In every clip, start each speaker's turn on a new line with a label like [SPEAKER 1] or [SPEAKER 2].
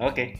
[SPEAKER 1] Oke.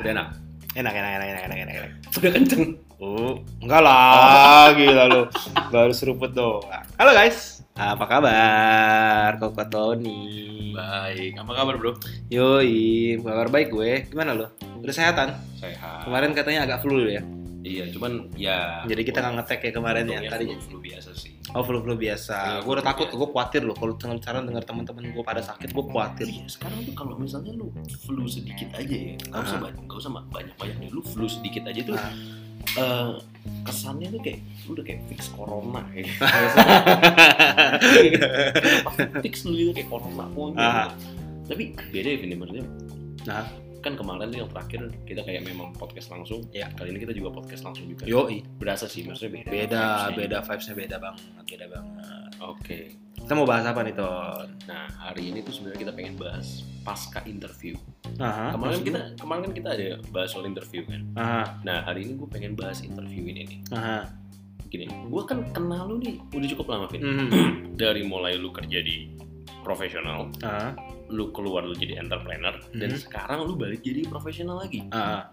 [SPEAKER 2] Udah enak.
[SPEAKER 1] Enak, enak, enak, enak, enak, enak, enak.
[SPEAKER 2] Udah kenceng.
[SPEAKER 1] Oh, enggak lah, Ah, gila lu. Baru seruput doang. Halo guys, apa kabar? Koko Tony.
[SPEAKER 2] Baik. Apa kabar bro?
[SPEAKER 1] Yoi, kabar baik gue. Gimana lo? Udah sehatan?
[SPEAKER 2] Sehat.
[SPEAKER 1] Kemarin katanya agak flu lu ya.
[SPEAKER 2] Iya, cuman ya.
[SPEAKER 1] Jadi kita nggak ngetek ya kemarin ya.
[SPEAKER 2] untungnya
[SPEAKER 1] Tadi
[SPEAKER 2] flu, flu biasa sih.
[SPEAKER 1] Oh flu flu biasa.
[SPEAKER 2] Iya,
[SPEAKER 1] gue udah
[SPEAKER 2] flu
[SPEAKER 1] takut,
[SPEAKER 2] biasa.
[SPEAKER 1] gue khawatir loh. Kalau dengan cara dengar teman-teman gue pada sakit, gue khawatir.
[SPEAKER 2] Iya, sekarang tuh kalau misalnya lu flu sedikit aja ya, nggak usah
[SPEAKER 1] Ah.
[SPEAKER 2] banyak, nggak usah banyak banyak deh. Lu flu sedikit aja tuh,
[SPEAKER 1] Nah,
[SPEAKER 2] eh, kesannya tuh kayak lu udah kayak fix corona ya. fix lu itu kayak corona monyet.
[SPEAKER 1] Ah.
[SPEAKER 2] Tapi beda ya Vin, ya, maksudnya.
[SPEAKER 1] Nah.
[SPEAKER 2] kan kemarin tuh yang terakhir kita kayak memang podcast langsung.
[SPEAKER 1] Iya.
[SPEAKER 2] Kali ini kita juga podcast langsung juga.
[SPEAKER 1] yoi,
[SPEAKER 2] Berasa sih maksudnya beda.
[SPEAKER 1] beda
[SPEAKER 2] Vibes-nya.
[SPEAKER 1] beda vibesnya beda banget, beda banget.
[SPEAKER 2] Oke.
[SPEAKER 1] Kita mau bahas apa nih Ton?
[SPEAKER 2] Nah, hari ini tuh sebenarnya kita pengen bahas pasca interview.
[SPEAKER 1] Aha,
[SPEAKER 2] Kemarin
[SPEAKER 1] maksudnya?
[SPEAKER 2] kita kemarin kan kita ada bahas soal interview kan.
[SPEAKER 1] Aha,
[SPEAKER 2] Nah, hari ini gue pengen bahas interview ini nih.
[SPEAKER 1] aha.
[SPEAKER 2] Gini, gue kan kenal lu nih udah cukup lama, Vin.
[SPEAKER 1] Mhm.
[SPEAKER 2] Dari mulai lu kerja di profesional,
[SPEAKER 1] Aha,
[SPEAKER 2] lu keluar lu jadi entrepreneur, dan
[SPEAKER 1] Mhm.
[SPEAKER 2] sekarang lu balik jadi profesional lagi.
[SPEAKER 1] aha.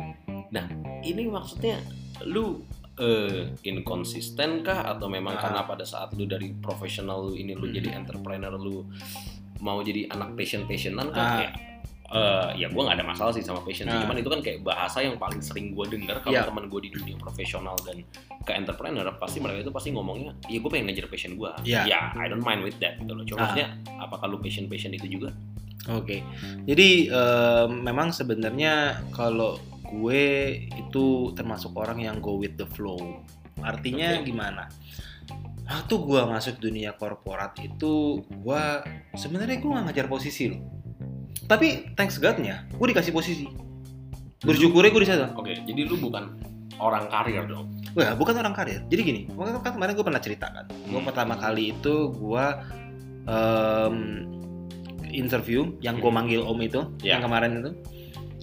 [SPEAKER 2] Ini maksudnya lu eh, inkonsisten kah atau memang
[SPEAKER 1] Ah.
[SPEAKER 2] karena pada saat lu dari profesional lu ini lu
[SPEAKER 1] Mhm.
[SPEAKER 2] jadi entrepreneur lu mau jadi anak passion-passionan kah?
[SPEAKER 1] Ah.
[SPEAKER 2] Kayak, eh, ya gue nggak ada masalah sih sama passion sih.
[SPEAKER 1] Ah.
[SPEAKER 2] cuman itu kan kayak bahasa yang paling sering gue dengar kalau
[SPEAKER 1] Iya.
[SPEAKER 2] teman gue di dunia profesional dan ke entrepreneur pasti mereka itu pasti ngomongnya ya gue pengen ngejar passion gue
[SPEAKER 1] Iya.
[SPEAKER 2] ya I don't mind with that gitu loh
[SPEAKER 1] Ah.
[SPEAKER 2] cuma maksudnya apakah lu passion passion itu juga
[SPEAKER 1] Oke, jadi em, memang sebenarnya kalau gue itu termasuk orang yang go with the flow. Artinya
[SPEAKER 2] Oke.
[SPEAKER 1] gimana? Waktu gue masuk dunia korporat itu gue sebenarnya gue nggak ngejar posisi loh. Tapi thanks God-nya, gue dikasih posisi. Bersyukurnya gue di sana.
[SPEAKER 2] oke jadi lu bukan orang karir dong
[SPEAKER 1] Wah, bukan orang karir. Jadi gini, waktu kan kemarin gue pernah cerita kan. Gue
[SPEAKER 2] Hmm.
[SPEAKER 1] pertama kali itu gue em, interview yang gue
[SPEAKER 2] Hmm.
[SPEAKER 1] manggil Om itu,
[SPEAKER 2] Ya.
[SPEAKER 1] yang kemarin itu,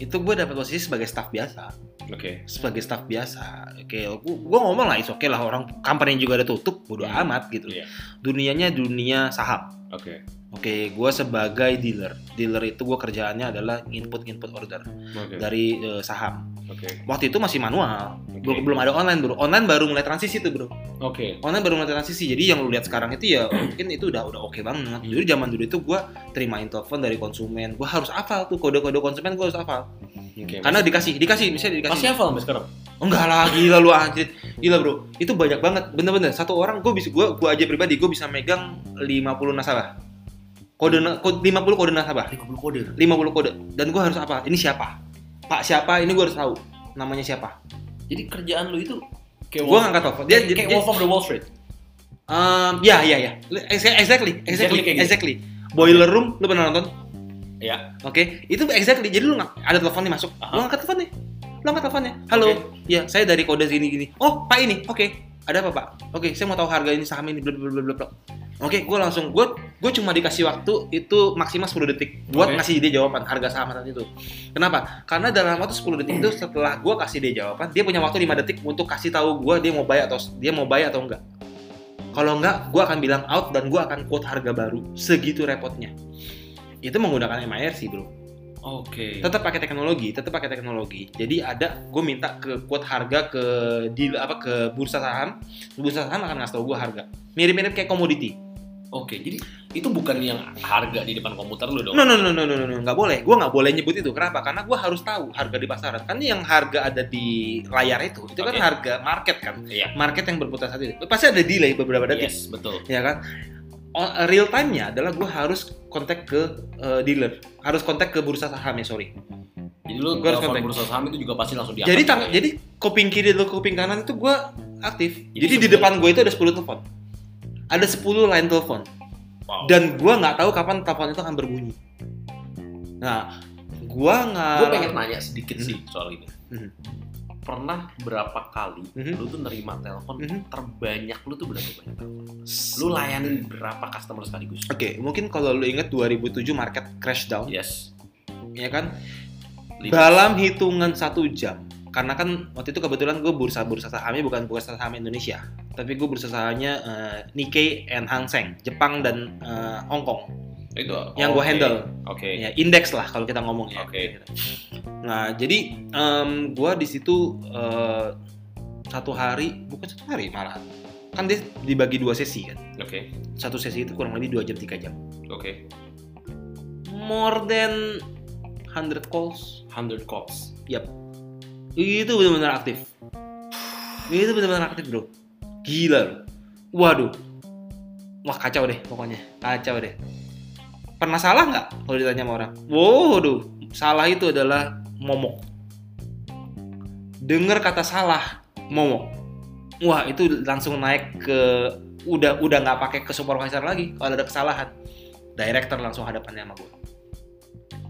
[SPEAKER 1] itu gue dapat posisi sebagai staff biasa,
[SPEAKER 2] oke
[SPEAKER 1] sebagai
[SPEAKER 2] Hmm.
[SPEAKER 1] staff biasa. Oke, gue ngomong lah, oke lah orang company juga ada tutup, bodo
[SPEAKER 2] Hmm.
[SPEAKER 1] amat gitu.
[SPEAKER 2] Iya.
[SPEAKER 1] Dunianya dunia saham.
[SPEAKER 2] oke
[SPEAKER 1] Oke, gue sebagai dealer. Dealer itu gue kerjaannya adalah input-input order
[SPEAKER 2] oke
[SPEAKER 1] dari eh, saham.
[SPEAKER 2] oke
[SPEAKER 1] Waktu itu masih manual, Gua-
[SPEAKER 2] Oke.
[SPEAKER 1] belum ada online bro. Online baru mulai transisi tuh bro.
[SPEAKER 2] oke
[SPEAKER 1] online baru mulai transisi jadi yang lu lihat sekarang itu ya mungkin itu udah udah oke banget jadi zaman dulu itu gue terimain telepon dari konsumen gue harus hafal tuh kode-kode konsumen gue harus hafal
[SPEAKER 2] oke
[SPEAKER 1] karena dikasih dikasih misalnya dikasih
[SPEAKER 2] masih hafal sampai sekarang
[SPEAKER 1] enggak lah gila lu anjir gila bro itu banyak banget bener-bener satu orang gue bisa gue gue aja pribadi gue bisa megang 50 nasabah kode, na- kode 50 kode nasabah
[SPEAKER 2] 50 kode
[SPEAKER 1] 50 kode dan gue harus apa ini siapa pak siapa ini gue harus tahu namanya siapa
[SPEAKER 2] Jadi kerjaan lu itu kayak
[SPEAKER 1] gue
[SPEAKER 2] Wolf-
[SPEAKER 1] ngangkat telepon dia, dia,
[SPEAKER 2] Iya, kayak
[SPEAKER 1] dia-
[SPEAKER 2] Wolf of the Wall Street.
[SPEAKER 1] Um, ya, ya, ya. Exactly, exactly,
[SPEAKER 2] Exactly kayak gitu.
[SPEAKER 1] exactly. Boiler room, lu pernah nonton? Iya.
[SPEAKER 2] Ya.
[SPEAKER 1] Oke, itu exactly. Jadi lu nggak ada telepon nih masuk.
[SPEAKER 2] Aha.
[SPEAKER 1] Lu angkat telepon nih. Lu angkat teleponnya. Halo. Ya, saya dari kode gini gini. Oh, Pak ini. Oke. Ada apa, Pak? Oke, saya mau tahu harga ini saham ini bla bla bla bla bla. Oke, gue langsung gue gue cuma dikasih waktu itu maksimal 10 detik buat
[SPEAKER 2] Oke.
[SPEAKER 1] ngasih dia jawaban harga saham saat itu. Kenapa? Karena dalam waktu 10 detik itu setelah gue kasih dia jawaban, dia punya waktu 5 detik untuk kasih tahu gue dia mau buy atau dia mau buy atau enggak. Kalau enggak, gue akan bilang out dan gue akan quote harga baru. Segitu repotnya. Itu menggunakan MIRC, bro
[SPEAKER 2] Oke.
[SPEAKER 1] tetap pakai teknologi tetap pakai teknologi jadi ada gue minta ke quote harga ke deal apa ke bursa saham bursa saham akan ngasih tau gue harga mirip-mirip kayak komoditi
[SPEAKER 2] Oke, jadi itu bukan yang harga di depan komputer lu dong.
[SPEAKER 1] no no no no no no, no nggak boleh gue nggak boleh nyebut itu kenapa karena gue harus tahu harga di pasaran kan yang harga ada di layar itu itu kan
[SPEAKER 2] Oke.
[SPEAKER 1] harga market kan
[SPEAKER 2] Iya.
[SPEAKER 1] market yang berputar saat itu pasti ada delay beberapa detik
[SPEAKER 2] Yes, betul.
[SPEAKER 1] ya kan O- real time-nya adalah gue harus kontak ke eh, dealer harus kontak ke bursa saham ya sorry
[SPEAKER 2] Jadi lu
[SPEAKER 1] Gua harus
[SPEAKER 2] telepon
[SPEAKER 1] kontak.
[SPEAKER 2] bursa saham itu juga pasti langsung diangkat.
[SPEAKER 1] jadi tang-
[SPEAKER 2] juga ya?
[SPEAKER 1] jadi kuping kiri dan kuping kanan itu gue aktif.
[SPEAKER 2] Jadi
[SPEAKER 1] Jadi, di
[SPEAKER 2] sebenarnya-
[SPEAKER 1] depan gue itu ada 10 telepon. Ada 10 line telepon
[SPEAKER 2] Wow.
[SPEAKER 1] dan gue nggak tahu kapan telepon itu akan berbunyi. Nah, gue nggak.
[SPEAKER 2] Gua pengen nanya sedikit
[SPEAKER 1] Hmm.
[SPEAKER 2] sih soal ini.
[SPEAKER 1] Mhm.
[SPEAKER 2] Pernah berapa kali
[SPEAKER 1] Mhm.
[SPEAKER 2] lu tuh nerima telepon
[SPEAKER 1] Mhm.
[SPEAKER 2] terbanyak lu tuh berapa banyak telepon? Lu layanin berapa customer sekaligus?
[SPEAKER 1] Oke, mungkin kalau lu inget 2007 market crash down,
[SPEAKER 2] Yes.
[SPEAKER 1] ya kan?
[SPEAKER 2] Lima.
[SPEAKER 1] Dalam hitungan satu jam, karena kan waktu itu kebetulan gue bursa bursa sahamnya bukan bursa saham Indonesia, tapi gue bursa sahamnya eh, Nikkei and Hang Seng, Jepang dan eh, Hong Kong.
[SPEAKER 2] Itu.
[SPEAKER 1] yang gue
[SPEAKER 2] oke.
[SPEAKER 1] handle
[SPEAKER 2] Oke.
[SPEAKER 1] ya indeks lah kalau kita ngomong ya
[SPEAKER 2] Oke.
[SPEAKER 1] nah jadi em, gua gue di situ eh, satu hari bukan satu hari malah kan dia dibagi dua sesi kan
[SPEAKER 2] Oke.
[SPEAKER 1] satu sesi itu kurang lebih dua jam tiga jam
[SPEAKER 2] Oke.
[SPEAKER 1] more than 100 calls
[SPEAKER 2] 100 calls.
[SPEAKER 1] itu benar-benar aktif itu benar-benar aktif bro gila loh waduh wah kacau deh pokoknya kacau deh pernah salah nggak kalau ditanya sama orang waduh salah itu adalah momok dengar kata salah momok wah itu langsung naik ke udah udah nggak pakai ke supervisor lagi kalau ada kesalahan director langsung hadapannya sama gue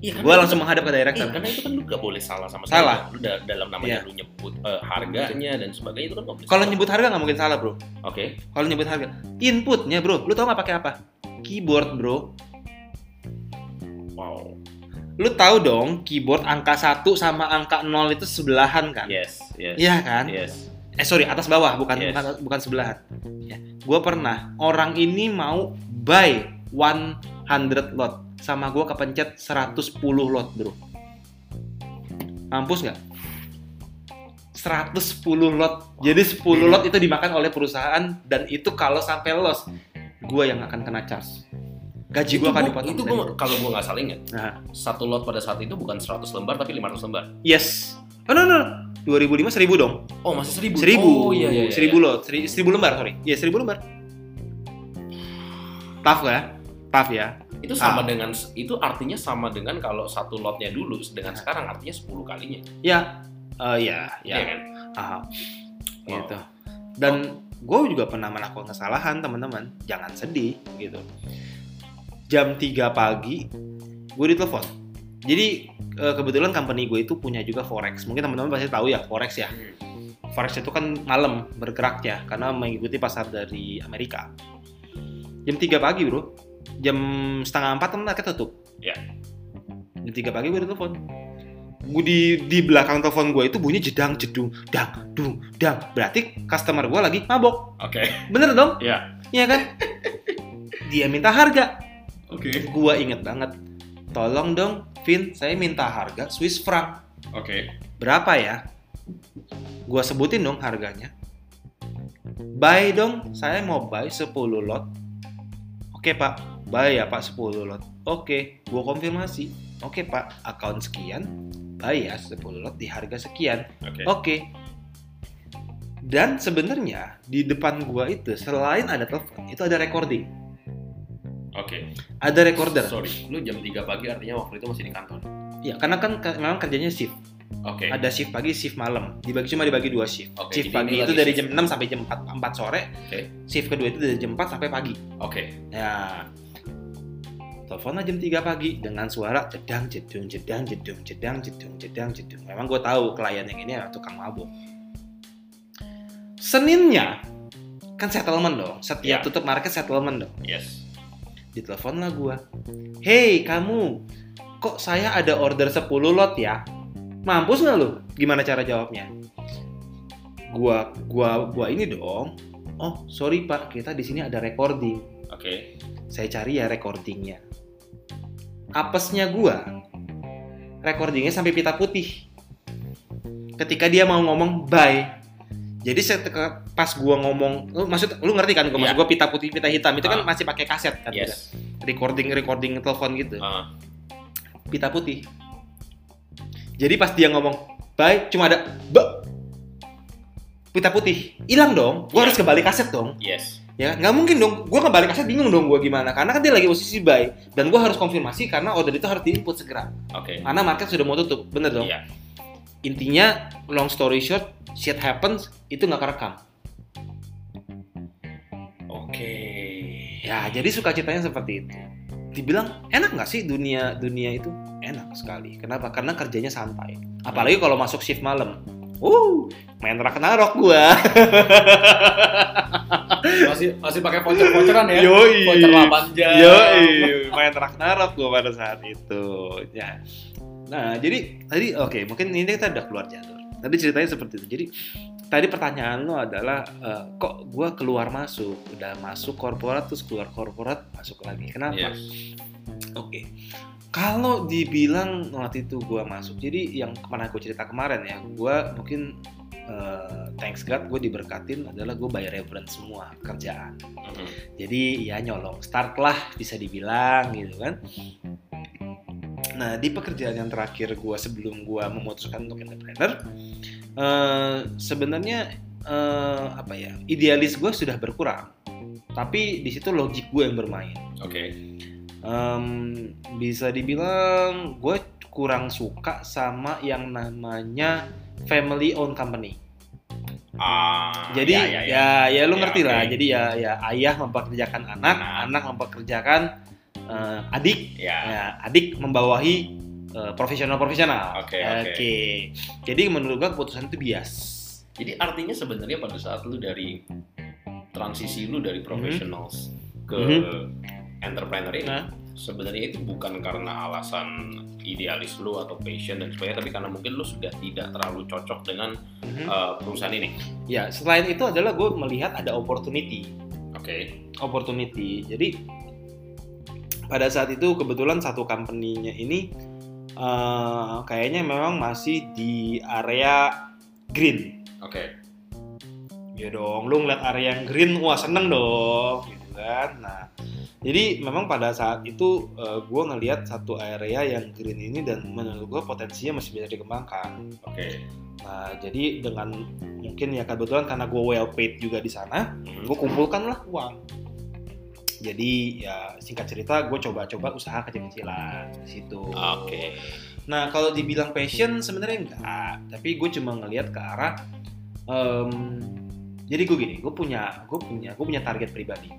[SPEAKER 2] Iya,
[SPEAKER 1] gue langsung menghadap ke
[SPEAKER 2] Iya,
[SPEAKER 1] director
[SPEAKER 2] karena itu kan lu gak boleh salah sama sekali.
[SPEAKER 1] Salah. Iya.
[SPEAKER 2] Lu da- dalam namanya lu nyebut eh, harganya dan sebagainya itu kan nggak boleh.
[SPEAKER 1] kalau
[SPEAKER 2] salah.
[SPEAKER 1] nyebut harga nggak mungkin salah bro
[SPEAKER 2] Oke.
[SPEAKER 1] kalau nyebut harga inputnya bro lu tau nggak pakai apa keyboard bro
[SPEAKER 2] Wow.
[SPEAKER 1] lu tahu dong keyboard angka 1 sama angka 0 itu sebelahan kan
[SPEAKER 2] Yes, yes.
[SPEAKER 1] Iya kan?
[SPEAKER 2] Yes.
[SPEAKER 1] Eh sorry, atas bawah bukan
[SPEAKER 2] Yes.
[SPEAKER 1] bukan, bukan sebelahan. Ya. Gue pernah orang ini mau buy 100 lot sama gue kepencet 110 lot bro. Mampus nggak? 110 lot. Jadi 10 lot itu dimakan oleh perusahaan dan itu kalau sampai loss, gue yang akan kena charge. Gaji gue akan dipotong.
[SPEAKER 2] itu
[SPEAKER 1] dari
[SPEAKER 2] gua- kalau gue nggak salah ingat
[SPEAKER 1] Nah.
[SPEAKER 2] satu lot pada saat itu bukan 100 lembar tapi 500 lembar
[SPEAKER 1] Yes. Oh no no. no. 2005 1000 dong.
[SPEAKER 2] oh masih 1000 oh,
[SPEAKER 1] seribu
[SPEAKER 2] iya, iya, iya.
[SPEAKER 1] seribu lot seri- seribu lembar sorry ya seribu lembar tough ya tough ya
[SPEAKER 2] itu sama dengan itu artinya sama dengan kalau satu lotnya dulu
[SPEAKER 1] Ah.
[SPEAKER 2] dengan sekarang artinya 10 kalinya
[SPEAKER 1] ya eh, ya ya
[SPEAKER 2] Iya kan
[SPEAKER 1] Aha.
[SPEAKER 2] Wow.
[SPEAKER 1] gitu dan gue juga pernah melakukan kesalahan teman-teman jangan sedih gitu jam 3 pagi gue ditelepon jadi eh, kebetulan company gue itu punya juga forex mungkin teman-teman pasti tahu ya forex ya Forex itu kan malam bergeraknya karena mengikuti pasar dari Amerika. Jam 3 pagi bro, jam setengah 4 kan market tutup.
[SPEAKER 2] Ya.
[SPEAKER 1] Jam 3 pagi gue telepon. Gue di, di belakang telepon gue itu bunyi jedang jedung dang dung dang. Berarti customer gue lagi mabok.
[SPEAKER 2] oke
[SPEAKER 1] Bener dong?
[SPEAKER 2] Iya.
[SPEAKER 1] Iya kan? Dia minta harga.
[SPEAKER 2] oke
[SPEAKER 1] Gue inget banget. Tolong dong, Vin, saya minta harga Swiss franc
[SPEAKER 2] oke
[SPEAKER 1] berapa ya? Gua sebutin dong harganya. Buy dong, saya mau buy 10 lot. Oke pak, buy ya pak 10 lot. Oke, gua konfirmasi. Oke pak, account sekian, buy ya 10 lot di harga sekian.
[SPEAKER 2] oke
[SPEAKER 1] Oke. Dan sebenarnya di depan gua itu selain ada telepon, itu ada recording,
[SPEAKER 2] oke
[SPEAKER 1] ada recorder.
[SPEAKER 2] sorry lu jam 3 pagi artinya waktu itu masih di kantor oke
[SPEAKER 1] Ya, karena kan ke- memang kerjanya shift. ada shift pagi, shift malam. Dibagi cuma dibagi dua shift.
[SPEAKER 2] Oke,
[SPEAKER 1] shift
[SPEAKER 2] jadi
[SPEAKER 1] pagi
[SPEAKER 2] ini
[SPEAKER 1] itu
[SPEAKER 2] lagi
[SPEAKER 1] dari
[SPEAKER 2] shift.
[SPEAKER 1] jam 6 sampai jam 4, 4 sore.
[SPEAKER 2] Oke.
[SPEAKER 1] Shift kedua itu dari jam 4 sampai pagi.
[SPEAKER 2] oke
[SPEAKER 1] Nah, teleponlah jam 3 pagi dengan suara jedang jedung jedang jedung jedang jedung jedang jedung. Memang gue tahu klien yang ini adalah tukang mabuk. Seninnya kan settlement dong.
[SPEAKER 2] Ya.
[SPEAKER 1] Setiap tutup market settlement dong.
[SPEAKER 2] yes
[SPEAKER 1] Ditelepon lah gue. Hey kamu, kok saya ada order 10 lot ya? Mampus nggak lu? Gimana cara jawabnya? Gua, gua, gua ini dong. Oh sorry pak, kita di sini ada recording
[SPEAKER 2] oke
[SPEAKER 1] saya cari ya recordingnya apesnya gua recordingnya sampai pita putih ketika dia mau ngomong bye jadi saya teka- pas gua ngomong lu maksud lu ngerti kan gua maksud gua pita putih pita hitam itu kan
[SPEAKER 2] Iya. Ah.
[SPEAKER 1] masih pakai kaset kan udah.
[SPEAKER 2] yes
[SPEAKER 1] recording recording telepon gitu
[SPEAKER 2] Ah,
[SPEAKER 1] pita putih jadi pas dia ngomong bye cuma ada ba pita putih hilang dong
[SPEAKER 2] Iya.
[SPEAKER 1] gua harus kembali kaset dong
[SPEAKER 2] yes
[SPEAKER 1] ya kan? nggak mungkin dong gue kebalik kaset bingung dong gue gimana karena kan dia lagi posisi buy dan gue harus konfirmasi karena order itu harus diinput segera
[SPEAKER 2] oke
[SPEAKER 1] karena market sudah mau tutup bener dong
[SPEAKER 2] Iya.
[SPEAKER 1] intinya long story short shit happens itu nggak kerekam
[SPEAKER 2] oke
[SPEAKER 1] ya jadi sukacitanya seperti itu dibilang enak nggak sih dunia dunia itu enak sekali kenapa karena kerjanya santai apalagi kalau masuk shift malam uh main rock narok gue
[SPEAKER 2] masih masih pakai voucher voucheran ya
[SPEAKER 1] Yoi.
[SPEAKER 2] voucher 8 jam
[SPEAKER 1] Yoi, main Ragnarok gue pada saat itu. Ya. Nah, jadi tadi oke, mungkin ini kita udah keluar jalur. Tadi ceritanya seperti itu. Jadi tadi pertanyaan lo adalah eh, kok gue keluar masuk, udah masuk korporat terus keluar korporat masuk lagi. Kenapa?
[SPEAKER 2] Yes.
[SPEAKER 1] Oke. Kalau dibilang waktu itu gue masuk, jadi yang kemana gue cerita kemarin ya, gue mungkin eh, thanks God gue diberkatin adalah gue bayar reference semua kerjaan.
[SPEAKER 2] Mhm.
[SPEAKER 1] Jadi ya nyolong start lah bisa dibilang gitu kan. Nah di pekerjaan yang terakhir gue sebelum gue memutuskan untuk entrepreneur, eh, sebenarnya eh, apa ya idealis gue sudah berkurang, tapi di situ logik gue yang bermain.
[SPEAKER 2] Oke.
[SPEAKER 1] Em, bisa dibilang gue kurang suka sama yang namanya family owned company.
[SPEAKER 2] Ah.
[SPEAKER 1] Jadi ya
[SPEAKER 2] ya,
[SPEAKER 1] ya,
[SPEAKER 2] ya,
[SPEAKER 1] lu
[SPEAKER 2] Ya,
[SPEAKER 1] ngerti lah.
[SPEAKER 2] oke.
[SPEAKER 1] Jadi ya ya ayah mempekerjakan anak,
[SPEAKER 2] Anak.
[SPEAKER 1] anak mempekerjakan eh, adik,
[SPEAKER 2] Ya.
[SPEAKER 1] ya, adik membawahi eh, profesional-profesional.
[SPEAKER 2] Oke,
[SPEAKER 1] Oke.
[SPEAKER 2] oke.
[SPEAKER 1] Jadi menurut gua keputusan itu bias.
[SPEAKER 2] Jadi artinya sebenarnya pada saat lu dari transisi lu dari professionals ke
[SPEAKER 1] Mhm.
[SPEAKER 2] entrepreneur ini,
[SPEAKER 1] Nah.
[SPEAKER 2] sebenarnya itu bukan karena alasan idealis lu atau passion dan sebagainya, tapi karena mungkin lu sudah tidak terlalu cocok dengan
[SPEAKER 1] Mhm.
[SPEAKER 2] eh, perusahaan ini.
[SPEAKER 1] Ya, selain itu adalah gue melihat ada opportunity.
[SPEAKER 2] Oke.
[SPEAKER 1] opportunity. Jadi pada saat itu kebetulan satu company-nya ini eh, kayaknya memang masih di area green.
[SPEAKER 2] Oke.
[SPEAKER 1] Ya dong, lu ngeliat area yang green, wah seneng dong, gitu kan. Nah, jadi memang pada saat itu eh, gua ngelihat satu area yang green ini dan menurut gua potensinya masih bisa dikembangkan.
[SPEAKER 2] Oke.
[SPEAKER 1] Nah, jadi dengan mungkin ya kebetulan karena gue well paid juga di sana,
[SPEAKER 2] Mhm.
[SPEAKER 1] gue kumpulkanlah uang jadi ya singkat cerita gue coba-coba usaha kecil-kecilan di situ
[SPEAKER 2] Oke.
[SPEAKER 1] nah kalau dibilang passion sebenarnya enggak tapi gue cuma ngelihat ke arah em, jadi gue gini gue punya gue punya gue punya target pribadi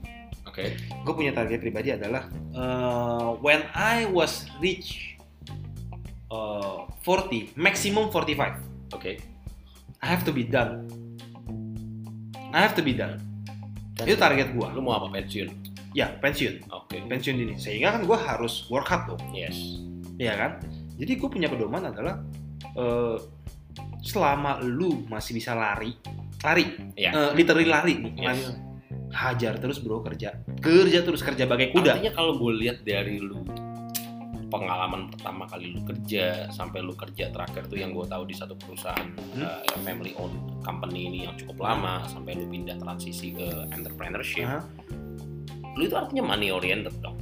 [SPEAKER 2] Oke.
[SPEAKER 1] gue punya target pribadi adalah eh, when I was rich eh, 40 maximum 45
[SPEAKER 2] Oke.
[SPEAKER 1] I have to be done I have to be done itu target gue
[SPEAKER 2] Lu mau apa pensiun?
[SPEAKER 1] ya pensiun
[SPEAKER 2] Oke.
[SPEAKER 1] pensiun dini sehingga kan gue harus work hard dong
[SPEAKER 2] Yes.
[SPEAKER 1] ya kan jadi gue punya pedoman adalah eh, selama lu masih bisa lari lari
[SPEAKER 2] Iya.
[SPEAKER 1] Eh, literally lari bukan
[SPEAKER 2] Yes.
[SPEAKER 1] hajar terus bro kerja kerja terus kerja bagai kuda
[SPEAKER 2] Artinya kalau gue lihat dari lu pengalaman pertama kali lu kerja sampai lu kerja terakhir tuh yang gue tahu di satu perusahaan
[SPEAKER 1] Hmm.
[SPEAKER 2] eh, family owned company ini yang cukup lama sampai lu pindah transisi ke entrepreneurship.
[SPEAKER 1] Aha.
[SPEAKER 2] Lu itu artinya money oriented dong.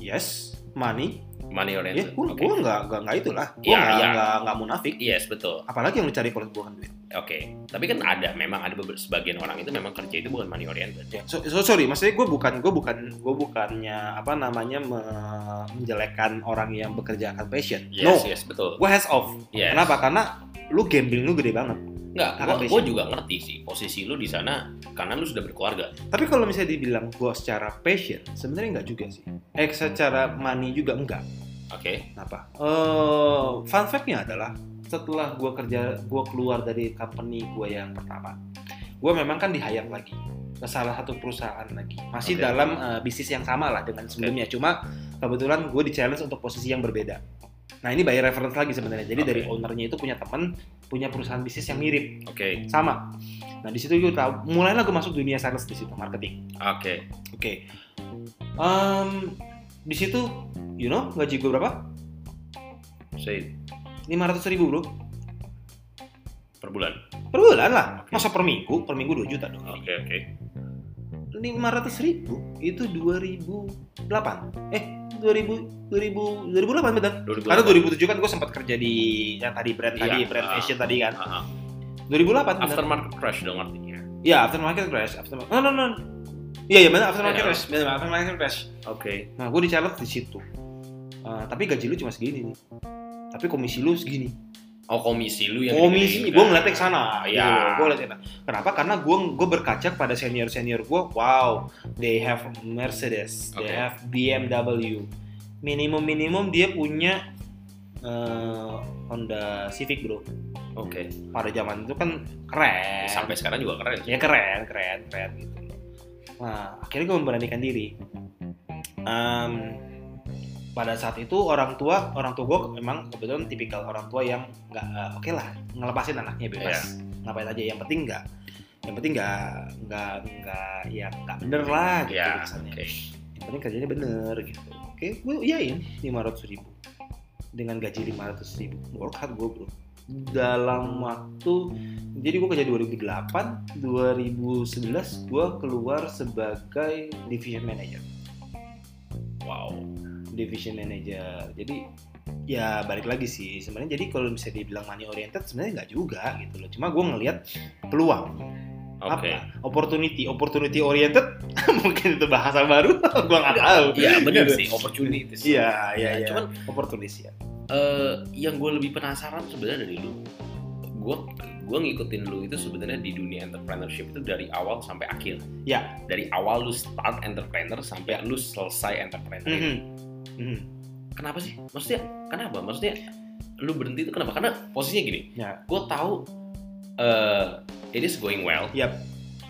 [SPEAKER 1] yes money
[SPEAKER 2] Money
[SPEAKER 1] ya
[SPEAKER 2] oriented.
[SPEAKER 1] gue
[SPEAKER 2] Oke.
[SPEAKER 1] gue nggak nggak nggak itulah gue
[SPEAKER 2] Iya,
[SPEAKER 1] nggak
[SPEAKER 2] iya.
[SPEAKER 1] nggak nggak munafik
[SPEAKER 2] Yes, betul.
[SPEAKER 1] apalagi yang lu cari kalau bukan duit
[SPEAKER 2] Oke. Tapi kan ada memang ada beberapa sebagian orang itu memang kerja itu bukan money oriented.
[SPEAKER 1] Ya, so, so- sorry, maksudnya gue bukan gue bukan gue bukannya apa namanya me- menjelekkan orang yang bekerja akan passion.
[SPEAKER 2] Yes,
[SPEAKER 1] no,
[SPEAKER 2] yes, betul.
[SPEAKER 1] gue hands off.
[SPEAKER 2] Yes.
[SPEAKER 1] Kenapa? Karena lu gambling lu gede banget. Karena
[SPEAKER 2] Enggak,
[SPEAKER 1] passion.
[SPEAKER 2] gue juga ngerti sih posisi lu di sana karena lu sudah berkeluarga.
[SPEAKER 1] Tapi kalau misalnya dibilang gue secara passion, sebenarnya nggak juga sih. Eh, secara money juga enggak.
[SPEAKER 2] Oke.
[SPEAKER 1] Kenapa? Eh, fun fact-nya adalah setelah gue kerja, gue keluar dari company gue yang pertama, gue memang kan di hire lagi ke salah satu perusahaan lagi. Masih
[SPEAKER 2] Oke.
[SPEAKER 1] dalam eh, bisnis yang sama lah dengan sebelumnya, cuma kebetulan gue di challenge untuk posisi yang berbeda. Nah ini by reference lagi sebenarnya. Jadi
[SPEAKER 2] Oke.
[SPEAKER 1] dari ownernya itu punya temen, punya perusahaan bisnis yang mirip.
[SPEAKER 2] Oke.
[SPEAKER 1] sama. Nah di situ gue tahu, mulailah gue masuk dunia sales di situ marketing.
[SPEAKER 2] Oke.
[SPEAKER 1] Oke, Em, di situ, you know, gaji gue berapa?
[SPEAKER 2] Say
[SPEAKER 1] Lima ratus ribu bro,
[SPEAKER 2] per bulan.
[SPEAKER 1] per bulan lah.
[SPEAKER 2] Oke.
[SPEAKER 1] Masa per minggu? Per minggu 2 juta dong.
[SPEAKER 2] Oke oke.
[SPEAKER 1] Lima ratus ribu itu 2008. Eh, 2000, 2000, 2008 betul.
[SPEAKER 2] 2008.
[SPEAKER 1] Karena 2007 kan gue sempat kerja di yang tadi brand
[SPEAKER 2] Iya,
[SPEAKER 1] tadi brand
[SPEAKER 2] ah.
[SPEAKER 1] fashion tadi kan.
[SPEAKER 2] Ah, ah.
[SPEAKER 1] 2008 benar.
[SPEAKER 2] Aftermarket crash dong artinya.
[SPEAKER 1] Ya aftermarket crash. Aftermarket. No no no. Iya iya benar aftermarket
[SPEAKER 2] Iya.
[SPEAKER 1] crash. Benar aftermarket crash.
[SPEAKER 2] Oke.
[SPEAKER 1] Nah, gue di challenge di situ. Eh, tapi gaji lu cuma segini nih. Tapi komisi lu segini.
[SPEAKER 2] Oh komisi lu yang
[SPEAKER 1] komisi,
[SPEAKER 2] digedein,
[SPEAKER 1] gue
[SPEAKER 2] kan?
[SPEAKER 1] ngeliatnya ke sana.
[SPEAKER 2] Iya.
[SPEAKER 1] Gue ngeliatnya sana. Kenapa? Karena gue gue berkaca pada senior senior gue. Wow, they have Mercedes, they
[SPEAKER 2] Oke.
[SPEAKER 1] have BMW. Minimum minimum dia punya eh, Honda Civic bro.
[SPEAKER 2] Oke.
[SPEAKER 1] Pada zaman itu kan keren.
[SPEAKER 2] Eh, Sampai sekarang juga keren. sih.
[SPEAKER 1] ya keren keren keren gitu nah akhirnya gue memberanikan diri Em, pada saat itu orang tua orang tua gue memang kebetulan tipikal orang tua yang nggak eh, oke lah ngelepasin anaknya bebas
[SPEAKER 2] Iya.
[SPEAKER 1] ngapain aja yang penting nggak yang penting nggak nggak nggak ya nggak bener lah gitu
[SPEAKER 2] Ya.
[SPEAKER 1] kesannya.
[SPEAKER 2] Oke.
[SPEAKER 1] yang penting kerjanya bener gitu Oke, gue iyain 500 ribu dengan gaji 500 ribu. Work hard gue bro. Dalam waktu, jadi gue kerja 2008, 2011 gue keluar sebagai division manager.
[SPEAKER 2] Wow.
[SPEAKER 1] Division manager. Jadi ya balik lagi sih sebenarnya jadi kalau bisa dibilang money oriented sebenarnya nggak juga gitu loh cuma gue ngelihat peluang
[SPEAKER 2] Oke.
[SPEAKER 1] apa opportunity opportunity oriented mungkin itu bahasa baru gua nggak tahu
[SPEAKER 2] Iya benar
[SPEAKER 1] Gitu.
[SPEAKER 2] sih opportunity.
[SPEAKER 1] iya iya iya
[SPEAKER 2] Cuman
[SPEAKER 1] opportunity ya
[SPEAKER 2] eh, yang gue lebih penasaran sebenarnya dari lu, gue gue ngikutin lu itu sebenarnya di dunia entrepreneurship itu dari awal sampai akhir.
[SPEAKER 1] Ya.
[SPEAKER 2] Dari awal lu start entrepreneur sampai lu selesai entrepreneur.
[SPEAKER 1] Mhm. Mhm.
[SPEAKER 2] Kenapa sih? Maksudnya kenapa? Maksudnya lu berhenti itu kenapa? Karena posisinya gini.
[SPEAKER 1] Ya.
[SPEAKER 2] Gue tahu eh it is going well.
[SPEAKER 1] Yap.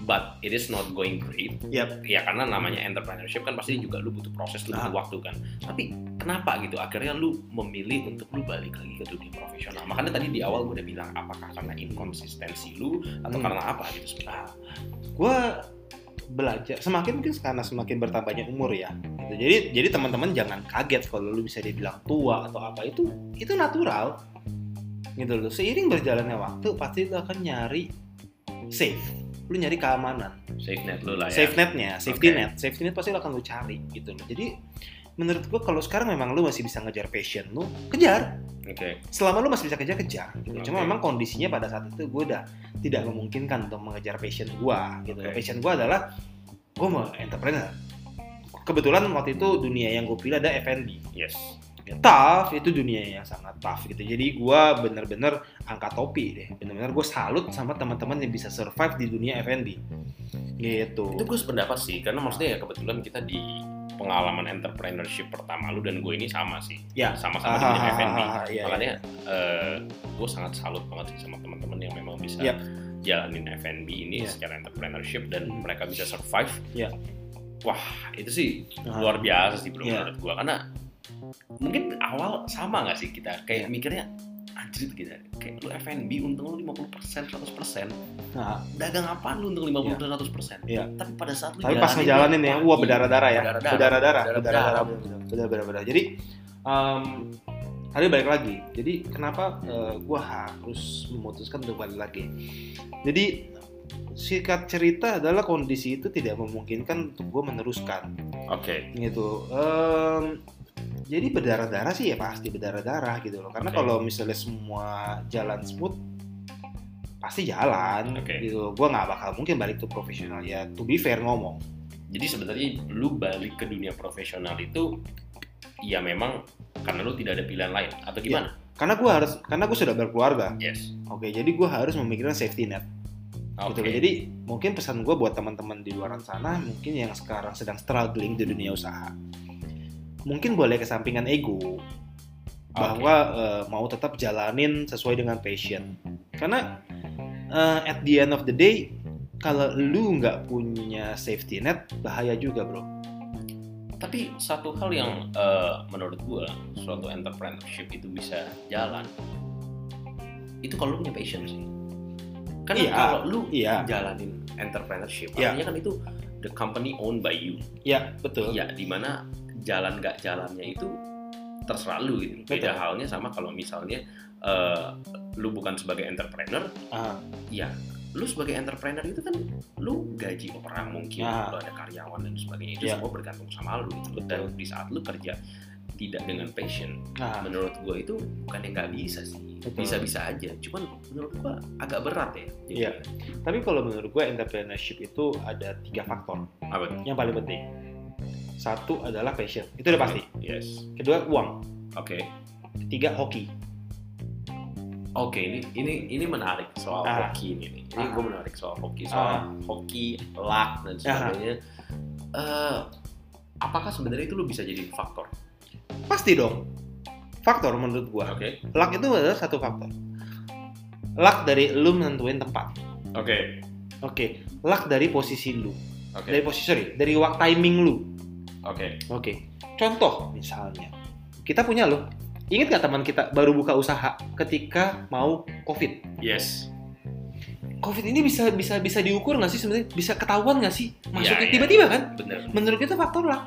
[SPEAKER 2] But it is not going great.
[SPEAKER 1] Yap. Ah.
[SPEAKER 2] Ya karena namanya entrepreneurship kan pasti juga lu butuh proses, lu butuh waktu kan. Tapi kenapa gitu? Akhirnya lu memilih untuk lu balik lagi ke dunia profesional. Makanya tadi di awal gue udah bilang apakah karena inkonsistensi lu atau
[SPEAKER 1] Hmm.
[SPEAKER 2] karena apa gitu sebenarnya?
[SPEAKER 1] gua belajar semakin mungkin karena semakin bertambahnya umur ya Gitu. jadi jadi teman-teman jangan kaget kalau lu bisa dibilang tua atau apa itu itu natural gitu loh seiring berjalannya waktu pasti lu akan nyari safe lu nyari keamanan
[SPEAKER 2] Safe net lu lah ya.
[SPEAKER 1] safe netnya safety
[SPEAKER 2] Oke.
[SPEAKER 1] net safety net pasti lo akan lo cari gitu loh jadi menurut gua kalau sekarang memang lo masih bisa ngejar passion lo kejar
[SPEAKER 2] Oke.
[SPEAKER 1] selama lo masih bisa kejar kejar gitu.
[SPEAKER 2] Oke.
[SPEAKER 1] cuma memang kondisinya pada saat itu gue udah tidak memungkinkan untuk mengejar passion gua gitu loh.
[SPEAKER 2] Oke.
[SPEAKER 1] passion gua adalah gue mau entrepreneur kebetulan waktu itu dunia yang gue pilih ada F&B
[SPEAKER 2] Yes.
[SPEAKER 1] ya, tough itu dunia yang sangat tough gitu jadi gua bener-bener angkat topi deh bener-bener gue salut sama teman-teman yang bisa survive di dunia F&B gitu
[SPEAKER 2] Itu gue sependapat sih, karena maksudnya ya kebetulan kita di pengalaman entrepreneurship pertama lu dan gue ini sama sih.
[SPEAKER 1] Ya.
[SPEAKER 2] Sama-sama di dunia F&B.
[SPEAKER 1] Ah, iya,
[SPEAKER 2] Makanya eh, gue sangat salut banget sih sama teman-teman yang memang bisa
[SPEAKER 1] Yap.
[SPEAKER 2] jalanin F&B ini
[SPEAKER 1] Iya.
[SPEAKER 2] secara entrepreneurship dan
[SPEAKER 1] Hmm.
[SPEAKER 2] mereka bisa survive.
[SPEAKER 1] Iya.
[SPEAKER 2] Wah, itu sih
[SPEAKER 1] Ah.
[SPEAKER 2] luar biasa sih bro
[SPEAKER 1] Iya.
[SPEAKER 2] menurut gue karena mungkin awal sama nggak sih kita kayak
[SPEAKER 1] Iya.
[SPEAKER 2] mikirnya anjir kita kayak lu F&B untung lu 50% 100%
[SPEAKER 1] Nah,
[SPEAKER 2] dagang apaan lu untung 50 100%?
[SPEAKER 1] Iya.
[SPEAKER 2] Tapi pada saat lu
[SPEAKER 1] tapi pas ngejalanin ya, wah berdarah-darah ya,
[SPEAKER 2] Berdarah-darah.
[SPEAKER 1] berdarah-darah,
[SPEAKER 2] Berdarah-darah.
[SPEAKER 1] berdarah-darah, berdarah-darah. Jadi em tadi balik lagi. Jadi kenapa eh, gua harus memutuskan untuk balik lagi? Jadi singkat cerita adalah kondisi itu tidak memungkinkan untuk gua meneruskan
[SPEAKER 2] Oke.
[SPEAKER 1] gitu. Em, jadi berdarah-darah sih ya pasti berdarah-darah gitu loh. Karena
[SPEAKER 2] Oke.
[SPEAKER 1] kalau misalnya semua jalan smooth pasti jalan
[SPEAKER 2] Oke.
[SPEAKER 1] gitu. Gua nggak bakal mungkin balik ke profesional ya. To be fair ngomong.
[SPEAKER 2] Jadi sebenarnya lu balik ke dunia profesional itu ya memang karena lu tidak ada pilihan lain atau
[SPEAKER 1] Iya.
[SPEAKER 2] gimana?
[SPEAKER 1] Karena gua harus karena gua sudah berkeluarga.
[SPEAKER 2] Yes.
[SPEAKER 1] Oke, jadi gua harus memikirkan safety net.
[SPEAKER 2] Oke.
[SPEAKER 1] Gitu loh. Jadi mungkin pesan gua buat teman-teman di luar sana mungkin yang sekarang sedang struggling di dunia usaha. Mungkin boleh kesampingan ego
[SPEAKER 2] Oke.
[SPEAKER 1] bahwa eh, mau tetap jalanin sesuai dengan passion. Karena eh, at the end of the day kalau lu nggak punya safety net bahaya juga, Bro.
[SPEAKER 2] tapi satu hal yang eh, menurut gua suatu entrepreneurship itu bisa jalan itu kalau lu punya passion sih. Kan
[SPEAKER 1] Iya.
[SPEAKER 2] kalau lu
[SPEAKER 1] Iya,
[SPEAKER 2] jalanin entrepreneurship
[SPEAKER 1] Iya.
[SPEAKER 2] artinya kan itu the company owned by you.
[SPEAKER 1] iya, betul.
[SPEAKER 2] Iya, dimana jalan nggak jalannya itu terserah lu gitu. Beda
[SPEAKER 1] Betul.
[SPEAKER 2] halnya sama kalau misalnya eh, lu bukan sebagai entrepreneur,
[SPEAKER 1] Ah,
[SPEAKER 2] ya lu sebagai entrepreneur itu kan lu gaji orang mungkin,
[SPEAKER 1] Ah.
[SPEAKER 2] lu ada karyawan dan sebagainya itu
[SPEAKER 1] Iya.
[SPEAKER 2] semua bergantung sama lu. Gitu. Dan di saat lu kerja tidak dengan passion,
[SPEAKER 1] ah,
[SPEAKER 2] menurut gua itu bukan yang nggak bisa sih,
[SPEAKER 1] Betul.
[SPEAKER 2] bisa-bisa aja. Cuman menurut gua agak berat ya. Jadi,
[SPEAKER 1] Iya. Tapi kalau menurut gue entrepreneurship itu ada tiga faktor.
[SPEAKER 2] Apa? tuh?
[SPEAKER 1] yang paling penting satu adalah passion itu udah pasti
[SPEAKER 2] Yes.
[SPEAKER 1] kedua uang
[SPEAKER 2] Oke.
[SPEAKER 1] ketiga hoki
[SPEAKER 2] Oke, ini ini ini menarik soal
[SPEAKER 1] Ah.
[SPEAKER 2] hoki ini. nih. Ini
[SPEAKER 1] Ah.
[SPEAKER 2] gue menarik soal hoki, soal
[SPEAKER 1] Ah.
[SPEAKER 2] hoki, luck dan sebagainya. Eh, apakah sebenarnya itu lu bisa jadi faktor?
[SPEAKER 1] pasti dong faktor menurut gua
[SPEAKER 2] Oke,
[SPEAKER 1] luck itu adalah satu faktor luck dari lu menentuin tempat
[SPEAKER 2] oke,
[SPEAKER 1] oke luck dari posisi lu
[SPEAKER 2] oke,
[SPEAKER 1] dari posisi sorry dari waktu timing lu
[SPEAKER 2] oke.
[SPEAKER 1] oke contoh misalnya kita punya loh Ingat nggak teman kita baru buka usaha ketika mau COVID?
[SPEAKER 2] Yes.
[SPEAKER 1] COVID ini bisa bisa bisa diukur nggak sih sebenarnya? Bisa ketahuan nggak sih?
[SPEAKER 2] Iya,
[SPEAKER 1] Masuknya
[SPEAKER 2] iya.
[SPEAKER 1] tiba-tiba kan?
[SPEAKER 2] Bener.
[SPEAKER 1] Menurut kita faktor luck.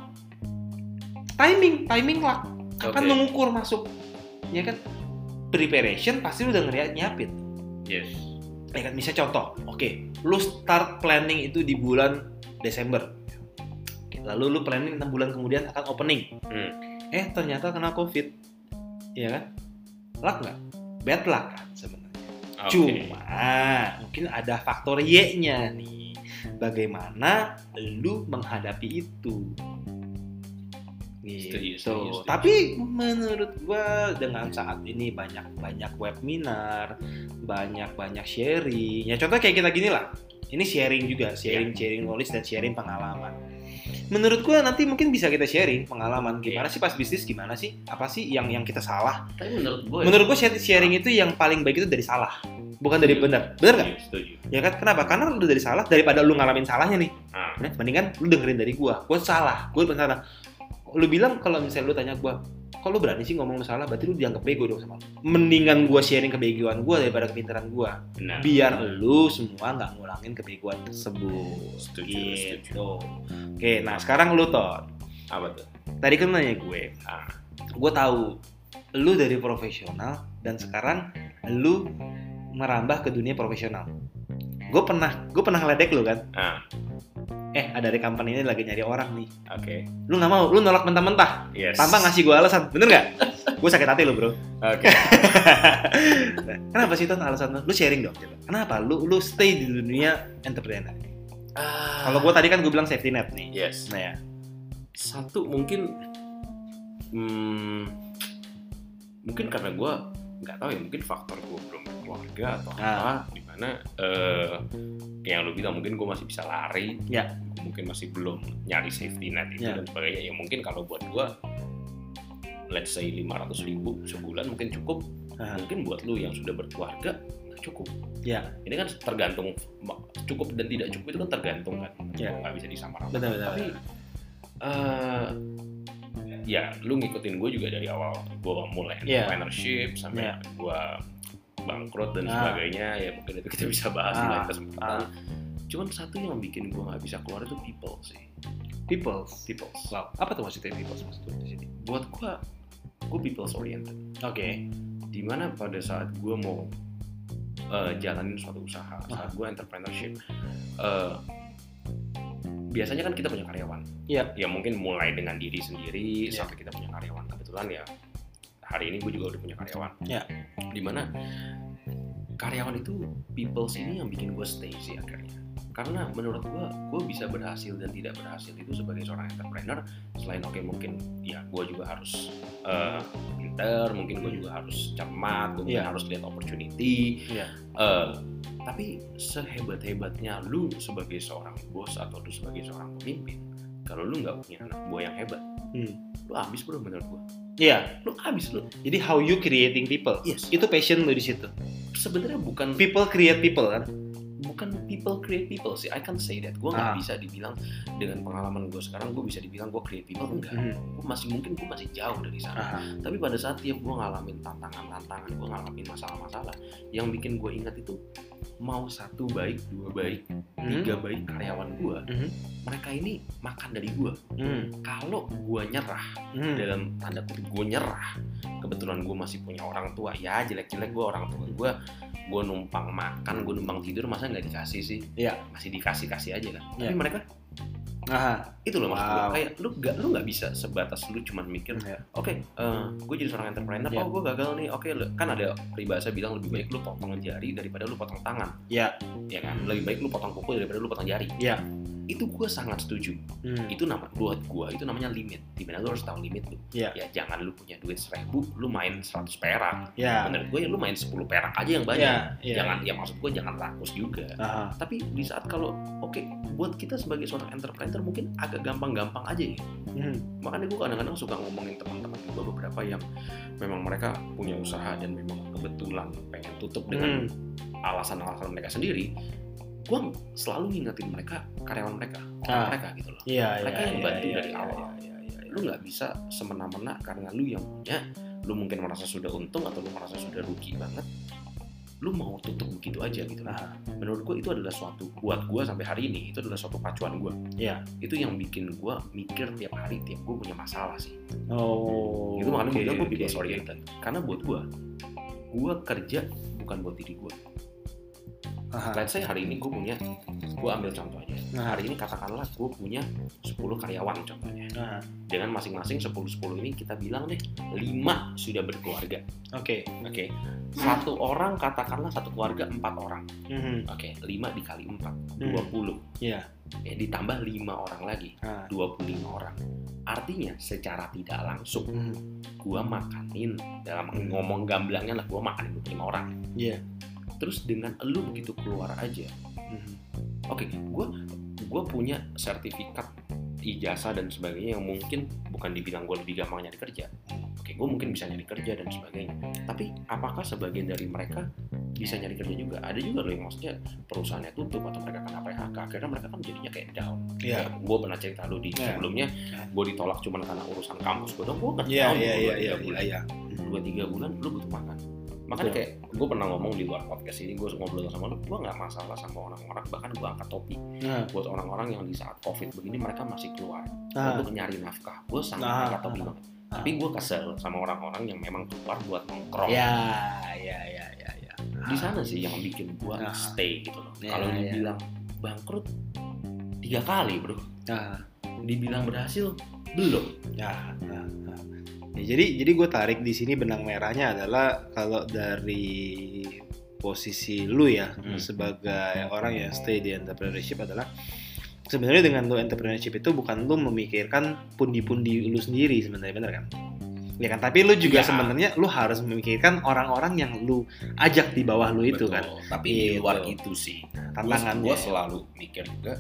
[SPEAKER 1] timing timing lah kapan
[SPEAKER 2] Oke.
[SPEAKER 1] lu ngukur masuk ya kan preparation pasti lu udah ngeriak nyiapin
[SPEAKER 2] Yes.
[SPEAKER 1] ya kan misalnya contoh oke lu start planning itu di bulan Desember Oke, lalu lu planning 6 bulan kemudian akan opening
[SPEAKER 2] Hmm.
[SPEAKER 1] eh ternyata kena covid ya kan luck nggak bad luck kan sebenarnya
[SPEAKER 2] Oke.
[SPEAKER 1] Cuma mungkin ada faktor Y-nya nih. Bagaimana lu menghadapi itu? Gitu.
[SPEAKER 2] Setuju, setuju, setuju.
[SPEAKER 1] Tapi menurut gua dengan saat ini banyak banyak webinar, banyak banyak sharing. Ya contoh kayak kita gini lah. Ini sharing juga,
[SPEAKER 2] Iya.
[SPEAKER 1] sharing sharing knowledge dan sharing pengalaman. Menurut gua nanti mungkin bisa kita sharing pengalaman gimana
[SPEAKER 2] Iya.
[SPEAKER 1] sih pas bisnis gimana sih? Apa sih yang yang kita salah?
[SPEAKER 2] Tapi menurut ya, gue
[SPEAKER 1] Menurut gue sharing itu yang paling baik itu dari salah, bukan dari benar. Benar nggak?
[SPEAKER 2] Setuju, iya, setuju.
[SPEAKER 1] Ya kan? Kenapa? Karena lu dari salah daripada lu ngalamin salahnya nih.
[SPEAKER 2] Ah.
[SPEAKER 1] Nah, mendingan lu dengerin dari gua. Gua salah, gua benar. Lu bilang kalau misalnya lu tanya gua, "Kok lu berani sih ngomong lu salah?" Berarti lu dianggap bego dong sama lu. Mendingan gua sharing kebegoan gua daripada kepintaran gua.
[SPEAKER 2] Benar. Gitu.
[SPEAKER 1] Biar lu semua nggak ngulangin kebegoan tersebut.
[SPEAKER 2] Setuju, setuju.
[SPEAKER 1] Gitu. Oke, nah sekarang lu Ton
[SPEAKER 2] Apa tuh?
[SPEAKER 1] tadi kan nanya gue
[SPEAKER 2] Ah.
[SPEAKER 1] gue tahu lu dari profesional dan sekarang lu merambah ke dunia profesional gue pernah gue pernah ngeledek lu kan
[SPEAKER 2] Ah.
[SPEAKER 1] eh ada rekaman ini lagi nyari orang nih
[SPEAKER 2] Oke.
[SPEAKER 1] lu nggak mau lu nolak mentah-mentah
[SPEAKER 2] Yes.
[SPEAKER 1] tanpa ngasih gue alasan bener nggak gue sakit hati lu bro
[SPEAKER 2] Oke.
[SPEAKER 1] kenapa sih Ton alasan lu lu sharing dong coba. kenapa lu lu stay di dunia entrepreneur kalau gue tadi kan gue bilang safety net nih
[SPEAKER 2] Yes.
[SPEAKER 1] nah ya
[SPEAKER 2] Satu mungkin hmm, mungkin karena gue nggak tahu ya mungkin faktor gue belum keluarga atau
[SPEAKER 1] Ah.
[SPEAKER 2] apa dimana eh yang lu bilang mungkin gue masih bisa lari
[SPEAKER 1] Ya.
[SPEAKER 2] mungkin masih belum nyari safety net itu
[SPEAKER 1] Ya.
[SPEAKER 2] dan sebagainya ya mungkin kalau buat gue let's say 500 ribu sebulan mungkin cukup
[SPEAKER 1] Ah.
[SPEAKER 2] Ya, mungkin buat lu yang sudah berkeluarga nggak cukup
[SPEAKER 1] Ya.
[SPEAKER 2] ini kan tergantung ma- cukup dan tidak cukup itu kan tergantung kan
[SPEAKER 1] Ya.
[SPEAKER 2] nggak bisa disamaratakan
[SPEAKER 1] benar benar
[SPEAKER 2] tapi eh, ya lu ngikutin gue juga dari awal gue mulai
[SPEAKER 1] Iya.
[SPEAKER 2] entrepreneurship sampai
[SPEAKER 1] Iya.
[SPEAKER 2] gue bangkrut dan
[SPEAKER 1] Ah.
[SPEAKER 2] sebagainya ya mungkin itu kita bisa bahas di
[SPEAKER 1] Ah,
[SPEAKER 2] lain kesempatan cuman satu yang bikin gue nggak bisa keluar itu people sih
[SPEAKER 1] people
[SPEAKER 2] people
[SPEAKER 1] wow apa tuh maksudnya people maksudnya di sini
[SPEAKER 2] buat gue gue people oriented
[SPEAKER 1] oke
[SPEAKER 2] dimana pada saat gue mau eh, jalanin suatu usaha saat gue entrepreneurship eh, biasanya kan kita punya karyawan
[SPEAKER 1] Iya.
[SPEAKER 2] ya mungkin mulai dengan diri sendiri
[SPEAKER 1] Iya.
[SPEAKER 2] sampai kita punya karyawan kebetulan ya hari ini gue juga udah punya karyawan
[SPEAKER 1] Iya.
[SPEAKER 2] dimana karyawan itu people ini yang bikin gue stay sih akhirnya karena menurut gue gue bisa berhasil dan tidak berhasil itu sebagai seorang entrepreneur selain oke mungkin ya gue juga harus eh, pinter mungkin gue juga harus cermat gue mungkin
[SPEAKER 1] Iya.
[SPEAKER 2] harus lihat opportunity
[SPEAKER 1] Iya.
[SPEAKER 2] Eh, tapi sehebat hebatnya lu sebagai seorang bos atau lu sebagai seorang pemimpin kalau lu nggak punya anak buah yang hebat
[SPEAKER 1] Hmm.
[SPEAKER 2] lu abis bro menurut gue
[SPEAKER 1] Iya,
[SPEAKER 2] lu abis lu
[SPEAKER 1] jadi how you creating people.
[SPEAKER 2] yes
[SPEAKER 1] Itu passion lu di situ.
[SPEAKER 2] sebenarnya bukan
[SPEAKER 1] People create people kan?
[SPEAKER 2] bukan people create people sih I can say that gue nggak
[SPEAKER 1] Ah.
[SPEAKER 2] bisa dibilang dengan pengalaman gue sekarang gue bisa dibilang gue create people
[SPEAKER 1] Oh,
[SPEAKER 2] enggak gue masih mungkin gue masih jauh dari sana
[SPEAKER 1] Hmm, Aha.
[SPEAKER 2] tapi pada saat tiap gue ngalamin tantangan-tantangan gue ngalamin masalah-masalah yang bikin gue ingat itu mau satu baik dua baik
[SPEAKER 1] Hmm.
[SPEAKER 2] tiga baik karyawan gue
[SPEAKER 1] Mhm.
[SPEAKER 2] mereka ini makan dari gue
[SPEAKER 1] Hmm.
[SPEAKER 2] kalau gue nyerah
[SPEAKER 1] Hmm.
[SPEAKER 2] dalam tanda kutip gue nyerah kebetulan gue masih punya orang tua ya jelek-jelek gue orang tua gue gue numpang makan gue numpang tidur masa nggak dikasih sih
[SPEAKER 1] Iya.
[SPEAKER 2] masih dikasih kasih aja kan
[SPEAKER 1] Iya.
[SPEAKER 2] tapi mereka
[SPEAKER 1] Aha.
[SPEAKER 2] itu loh maksud
[SPEAKER 1] Wow.
[SPEAKER 2] gue kayak lu nggak lu nggak bisa sebatas lu cuman mikir
[SPEAKER 1] Iya.
[SPEAKER 2] oke gue jadi seorang entrepreneur
[SPEAKER 1] Iya.
[SPEAKER 2] oh gue gagal nih oke lu- kan ada peribahasa bilang lebih baik lu potong jari daripada lu potong tangan
[SPEAKER 1] Iya.
[SPEAKER 2] ya kan lebih baik lu potong kuku daripada lu potong jari
[SPEAKER 1] Iya.
[SPEAKER 2] itu gue sangat setuju
[SPEAKER 1] Hmm.
[SPEAKER 2] itu nama buat gue itu namanya limit dimana lu harus tahu limit lu
[SPEAKER 1] Iya.
[SPEAKER 2] ya jangan lu punya duit seribu lu main 100 perak
[SPEAKER 1] Iya.
[SPEAKER 2] menurut gue ya lu main 10 perak aja yang
[SPEAKER 1] Iya.
[SPEAKER 2] banyak
[SPEAKER 1] Iya.
[SPEAKER 2] jangan ya maksud gue jangan rakus juga
[SPEAKER 1] Aha.
[SPEAKER 2] tapi di saat kalau oke buat kita sebagai seorang entrepreneur mungkin agak gampang-gampang aja ya
[SPEAKER 1] Hmm.
[SPEAKER 2] makanya gue kadang-kadang suka ngomongin teman-teman gue beberapa yang memang mereka punya usaha dan memang kebetulan pengen tutup dengan
[SPEAKER 1] Hmm.
[SPEAKER 2] alasan-alasan mereka sendiri gue selalu ngingetin mereka karyawan mereka orang
[SPEAKER 1] Ah.
[SPEAKER 2] mereka gitu loh
[SPEAKER 1] Iya.
[SPEAKER 2] Mereka
[SPEAKER 1] iya,
[SPEAKER 2] yang
[SPEAKER 1] iya,
[SPEAKER 2] bantu
[SPEAKER 1] iya,
[SPEAKER 2] dari
[SPEAKER 1] iya,
[SPEAKER 2] awal.
[SPEAKER 1] iya, iya, iya.
[SPEAKER 2] lu nggak bisa semena-mena karena lu yang punya lu mungkin merasa sudah untung atau lu merasa sudah rugi banget lu mau tutup begitu aja gitu nah menurut gue itu adalah suatu buat gue sampai hari ini itu adalah suatu pacuan gue
[SPEAKER 1] Iya.
[SPEAKER 2] itu yang bikin gue mikir tiap hari tiap gue punya masalah sih
[SPEAKER 1] Oh.
[SPEAKER 2] itu makanya gue bilang gue
[SPEAKER 1] oke,
[SPEAKER 2] bebas
[SPEAKER 1] oke.
[SPEAKER 2] oriented karena buat gue gue kerja bukan buat diri gue
[SPEAKER 1] Aha.
[SPEAKER 2] Let's say hari ini gue punya, gue ambil contohnya.
[SPEAKER 1] Nah.
[SPEAKER 2] Hari ini katakanlah gue punya 10 karyawan contohnya.
[SPEAKER 1] Aha.
[SPEAKER 2] Dengan masing-masing 10-10 ini kita bilang deh, 5 sudah berkeluarga.
[SPEAKER 1] Hmm. Oke.
[SPEAKER 2] Oke. Satu orang katakanlah satu keluarga 4 orang.
[SPEAKER 1] Mhm.
[SPEAKER 2] Oke, 5 dikali 4,
[SPEAKER 1] Hmm.
[SPEAKER 2] 20.
[SPEAKER 1] Iya.
[SPEAKER 2] Ya, ditambah 5 orang lagi,
[SPEAKER 1] Ah.
[SPEAKER 2] 25 orang. Artinya secara tidak langsung
[SPEAKER 1] Mhm.
[SPEAKER 2] gue makanin dalam ngomong gamblangnya lah gue makanin 25 orang.
[SPEAKER 1] Hmm. Iya.
[SPEAKER 2] Terus dengan elu begitu keluar aja,
[SPEAKER 1] Mhm.
[SPEAKER 2] Oke, gua gue punya sertifikat ijazah dan sebagainya yang mungkin bukan dibilang gue lebih gampang nyari kerja. Oke, gue mungkin bisa nyari kerja dan sebagainya. Tapi apakah sebagian dari mereka bisa nyari kerja juga? Ada juga loh yang maksudnya perusahaannya tutup atau mereka kena PHK. Akhirnya mereka kan jadinya kayak down.
[SPEAKER 1] Iya.
[SPEAKER 2] Gue pernah cerita lu di
[SPEAKER 1] Iya.
[SPEAKER 2] sebelumnya, gue ditolak cuma karena urusan kampus. Gue dong, gue nggak
[SPEAKER 1] Iya,
[SPEAKER 2] tahu
[SPEAKER 1] iya,
[SPEAKER 2] dua,
[SPEAKER 1] iya,
[SPEAKER 2] tiga
[SPEAKER 1] iya,
[SPEAKER 2] bulan.
[SPEAKER 1] iya.
[SPEAKER 2] Dua tiga bulan lu butuh makan. Makanya
[SPEAKER 1] Betul.
[SPEAKER 2] kayak gue pernah ngomong di luar podcast ini, gue ngobrol sama lu, gue nggak masalah sama orang-orang, bahkan gue angkat topi
[SPEAKER 1] Nah,
[SPEAKER 2] buat orang-orang yang di saat covid begini mereka masih keluar
[SPEAKER 1] nah,
[SPEAKER 2] untuk nyari nafkah gue
[SPEAKER 1] Ah,
[SPEAKER 2] sangat nah,
[SPEAKER 1] ah,
[SPEAKER 2] banget tapi gue kesel sama orang-orang yang memang keluar buat nongkrong
[SPEAKER 1] Ya, ya, ya, ya, ya.
[SPEAKER 2] di sana sih yang bikin gue
[SPEAKER 1] Ah.
[SPEAKER 2] stay gitu loh
[SPEAKER 1] Ya,
[SPEAKER 2] kalau
[SPEAKER 1] ya.
[SPEAKER 2] dibilang bangkrut tiga kali bro
[SPEAKER 1] Nah,
[SPEAKER 2] dibilang berhasil belum
[SPEAKER 1] ya, ya, ya. Ya, jadi, jadi gue tarik di sini benang merahnya adalah kalau dari posisi lu ya
[SPEAKER 2] Hmm.
[SPEAKER 1] sebagai orang yang stay di entrepreneurship adalah sebenarnya dengan lu entrepreneurship itu bukan lu memikirkan pundi-pundi lu sendiri sebenarnya bener kan? Ya kan, tapi lu
[SPEAKER 2] Ya.
[SPEAKER 1] juga sebenarnya lu harus memikirkan orang-orang yang lu ajak di bawah lu itu
[SPEAKER 2] Betul.
[SPEAKER 1] kan
[SPEAKER 2] tapi di
[SPEAKER 1] Gitu.
[SPEAKER 2] luar itu sih
[SPEAKER 1] tantangannya.
[SPEAKER 2] gue selalu mikir juga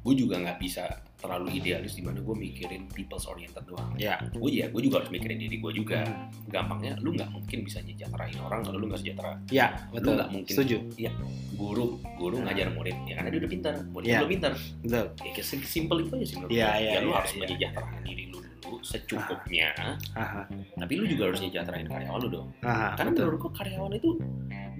[SPEAKER 2] gue juga nggak bisa terlalu idealis di mana gue mikirin people's oriented doang
[SPEAKER 1] Ya.
[SPEAKER 2] gue ya gue juga harus mikirin diri gue juga gampangnya lu nggak mungkin bisa nyejahterain orang kalau lu nggak sejahtera
[SPEAKER 1] Ya, betul.
[SPEAKER 2] nggak mungkin. Iya,
[SPEAKER 1] Setuju.
[SPEAKER 2] guru guru
[SPEAKER 1] Nah.
[SPEAKER 2] ngajar murid ya karena dia udah pintar murid
[SPEAKER 1] Iya.
[SPEAKER 2] belum pintar
[SPEAKER 1] Betul.
[SPEAKER 2] ya kayak se- simple itu aja sih menurut
[SPEAKER 1] Iya,
[SPEAKER 2] gue.
[SPEAKER 1] iya,
[SPEAKER 2] ya lu
[SPEAKER 1] iya,
[SPEAKER 2] harus
[SPEAKER 1] iya. Ah.
[SPEAKER 2] menyejahterakan diri lu dulu secukupnya
[SPEAKER 1] Aha,
[SPEAKER 2] tapi lu juga harus nyejahterain karyawan lu dong karena
[SPEAKER 1] aha, Ah, betul.
[SPEAKER 2] menurut gua karyawan itu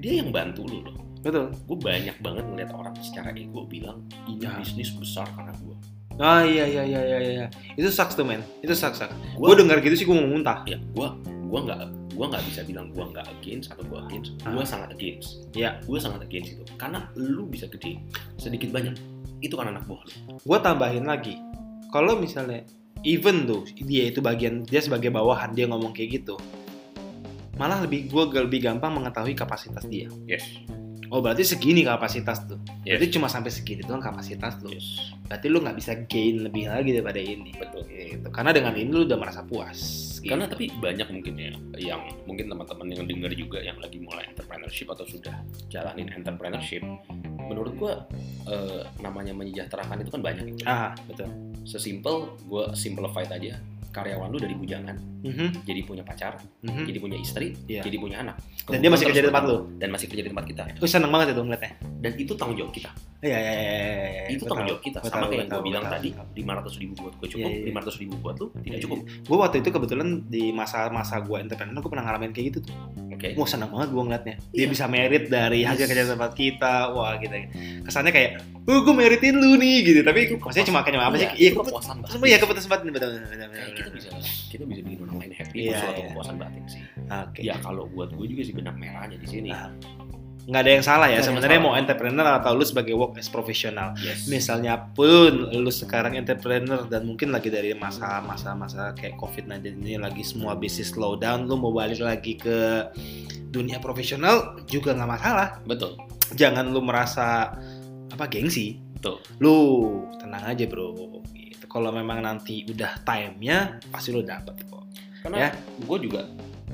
[SPEAKER 2] dia yang bantu lu loh
[SPEAKER 1] Betul.
[SPEAKER 2] gue banyak banget ngeliat orang secara ego bilang ini
[SPEAKER 1] Nah.
[SPEAKER 2] bisnis besar karena gue
[SPEAKER 1] Ah iya iya iya iya iya. Itu sucks tuh men. Itu sucks sucks. Gue
[SPEAKER 2] Gua-
[SPEAKER 1] dengar gitu sih gue mau muntah.
[SPEAKER 2] ya gue gua nggak gua nggak bisa bilang gue nggak against atau gue against gue sangat against
[SPEAKER 1] Iya.
[SPEAKER 2] gue sangat against itu karena lu bisa gede sedikit banyak itu kan anak buah lu
[SPEAKER 1] Gue tambahin lagi. Kalau misalnya even tuh dia itu bagian dia sebagai bawahan dia ngomong kayak gitu. Malah lebih gue lebih gampang mengetahui kapasitas dia.
[SPEAKER 2] yes
[SPEAKER 1] Oh berarti segini kapasitas tuh.
[SPEAKER 2] Yes.
[SPEAKER 1] Berarti cuma sampai segini doang kapasitas tuh.
[SPEAKER 2] Iya yes
[SPEAKER 1] Berarti lu nggak bisa gain lebih lagi daripada ini.
[SPEAKER 2] betul
[SPEAKER 1] Gitu. Karena dengan ini lu udah merasa puas. Gitu.
[SPEAKER 2] Karena tapi banyak mungkin ya yang mungkin teman-teman yang dengar juga yang lagi mulai entrepreneurship atau sudah jalanin entrepreneurship, menurut gua eh, namanya menyejahterakan itu kan banyak itu.
[SPEAKER 1] ah betul.
[SPEAKER 2] Sesimpel gua simplified aja karyawan lu dari bujangan
[SPEAKER 1] Mhm,
[SPEAKER 2] jadi punya pacar,
[SPEAKER 1] mhm.
[SPEAKER 2] jadi punya istri,
[SPEAKER 1] Iya.
[SPEAKER 2] jadi punya anak.
[SPEAKER 1] Dan dia masih
[SPEAKER 2] Terus
[SPEAKER 1] kerja di tempat lu.
[SPEAKER 2] dan masih kerja di tempat kita.
[SPEAKER 1] Gue seneng banget itu ngeliatnya.
[SPEAKER 2] Dan itu tanggung jawab kita.
[SPEAKER 1] Iya, iya, iya, iya, iya.
[SPEAKER 2] itu tanggung jawab kita. Sama kayak yang gua bilang
[SPEAKER 1] tadi.
[SPEAKER 2] tadi, 500 ribu buat gua cukup,
[SPEAKER 1] Iya, iya.
[SPEAKER 2] 500 ribu buat lu tidak
[SPEAKER 1] Iya,
[SPEAKER 2] cukup.
[SPEAKER 1] Gue waktu itu kebetulan di masa-masa gue entrepreneur, gue pernah ngalamin kayak gitu tuh.
[SPEAKER 2] Oke.
[SPEAKER 1] Wah seneng banget gue ngeliatnya. Dia
[SPEAKER 2] Iya.
[SPEAKER 1] bisa merit dari hasil
[SPEAKER 2] Yes.
[SPEAKER 1] kerja tempat kita. Wah gitu. Kesannya kayak, uh gue meritin lu nih gitu. Tapi maksudnya cuma kayak apa
[SPEAKER 2] Iya,
[SPEAKER 1] sih? Iya,
[SPEAKER 2] itu
[SPEAKER 1] keputus-
[SPEAKER 2] kepuasan banget.
[SPEAKER 1] semua ya keputus banget nih betul betul, betul,
[SPEAKER 2] Kayak
[SPEAKER 1] betul.
[SPEAKER 2] kita bisa kita bisa bikin orang lain happy
[SPEAKER 1] Iya,
[SPEAKER 2] itu suatu
[SPEAKER 1] iya.
[SPEAKER 2] kepuasan batin sih
[SPEAKER 1] Oke.
[SPEAKER 2] ya kalau buat gue juga sih benang merahnya di sini
[SPEAKER 1] Nah. Nggak ada yang
[SPEAKER 2] Nggak
[SPEAKER 1] salah ya.
[SPEAKER 2] ada yang
[SPEAKER 1] Sebenarnya
[SPEAKER 2] salah.
[SPEAKER 1] mau entrepreneur atau lu sebagai work as profesional.
[SPEAKER 2] yes
[SPEAKER 1] misalnya pun lu sekarang entrepreneur dan mungkin lagi dari masa masa masa kayak covid-19 ini lagi semua bisnis slowdown lu mau balik lagi ke dunia profesional juga nggak masalah
[SPEAKER 2] betul
[SPEAKER 1] jangan lu merasa apa gengsi
[SPEAKER 2] Betul.
[SPEAKER 1] lu tenang aja bro gitu. kalau memang nanti udah timenya pasti lu dapet kok
[SPEAKER 2] karena
[SPEAKER 1] Ya.
[SPEAKER 2] gue juga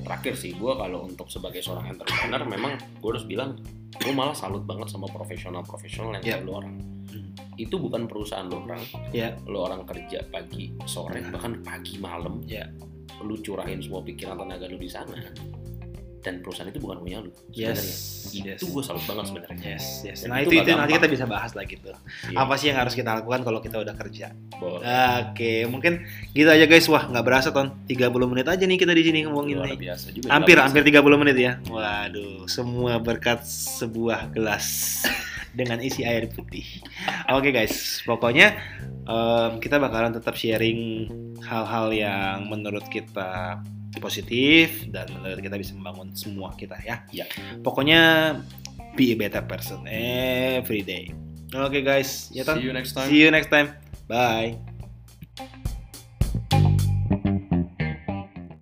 [SPEAKER 2] terakhir sih gue kalau untuk sebagai seorang entrepreneur memang gue harus bilang gue malah salut banget sama profesional profesional yang
[SPEAKER 1] Ya.
[SPEAKER 2] kayak lu orang
[SPEAKER 1] Hmm.
[SPEAKER 2] itu bukan perusahaan lo orang
[SPEAKER 1] Ya.
[SPEAKER 2] lo orang kerja pagi sore
[SPEAKER 1] Nah.
[SPEAKER 2] bahkan pagi malam
[SPEAKER 1] Ya.
[SPEAKER 2] lu curahin semua pikiran tenaga lu di sana dan perusahaan itu bukan punya lu
[SPEAKER 1] Iya. Yes.
[SPEAKER 2] sebenarnya
[SPEAKER 1] Yes.
[SPEAKER 2] itu gue salut banget sebenarnya
[SPEAKER 1] Yes, yes.
[SPEAKER 2] Dan
[SPEAKER 1] Nah
[SPEAKER 2] itu nggak
[SPEAKER 1] itu, itu nanti
[SPEAKER 2] gampang.
[SPEAKER 1] kita bisa bahas lah gitu.
[SPEAKER 2] Iya.
[SPEAKER 1] Apa Eh, sih yang harus kita lakukan kalau kita udah kerja?
[SPEAKER 2] Boleh.
[SPEAKER 1] Oke, mungkin gitu aja guys. Wah, nggak berasa ton. 30 menit aja nih kita di sini ngomongin
[SPEAKER 2] luar
[SPEAKER 1] nih.
[SPEAKER 2] biasa juga
[SPEAKER 1] Hampir
[SPEAKER 2] Luar biasa.
[SPEAKER 1] hampir 30 menit ya. Waduh, semua berkat sebuah gelas dengan isi air putih. Oke guys, pokoknya em, kita bakalan tetap sharing hal-hal yang menurut kita positif dan menurut kita bisa membangun semua kita ya.
[SPEAKER 2] Ya.
[SPEAKER 1] Pokoknya be a better person every day. Oke guys,
[SPEAKER 2] see
[SPEAKER 1] ya Ton.
[SPEAKER 2] you next time
[SPEAKER 1] See you next time. Bye.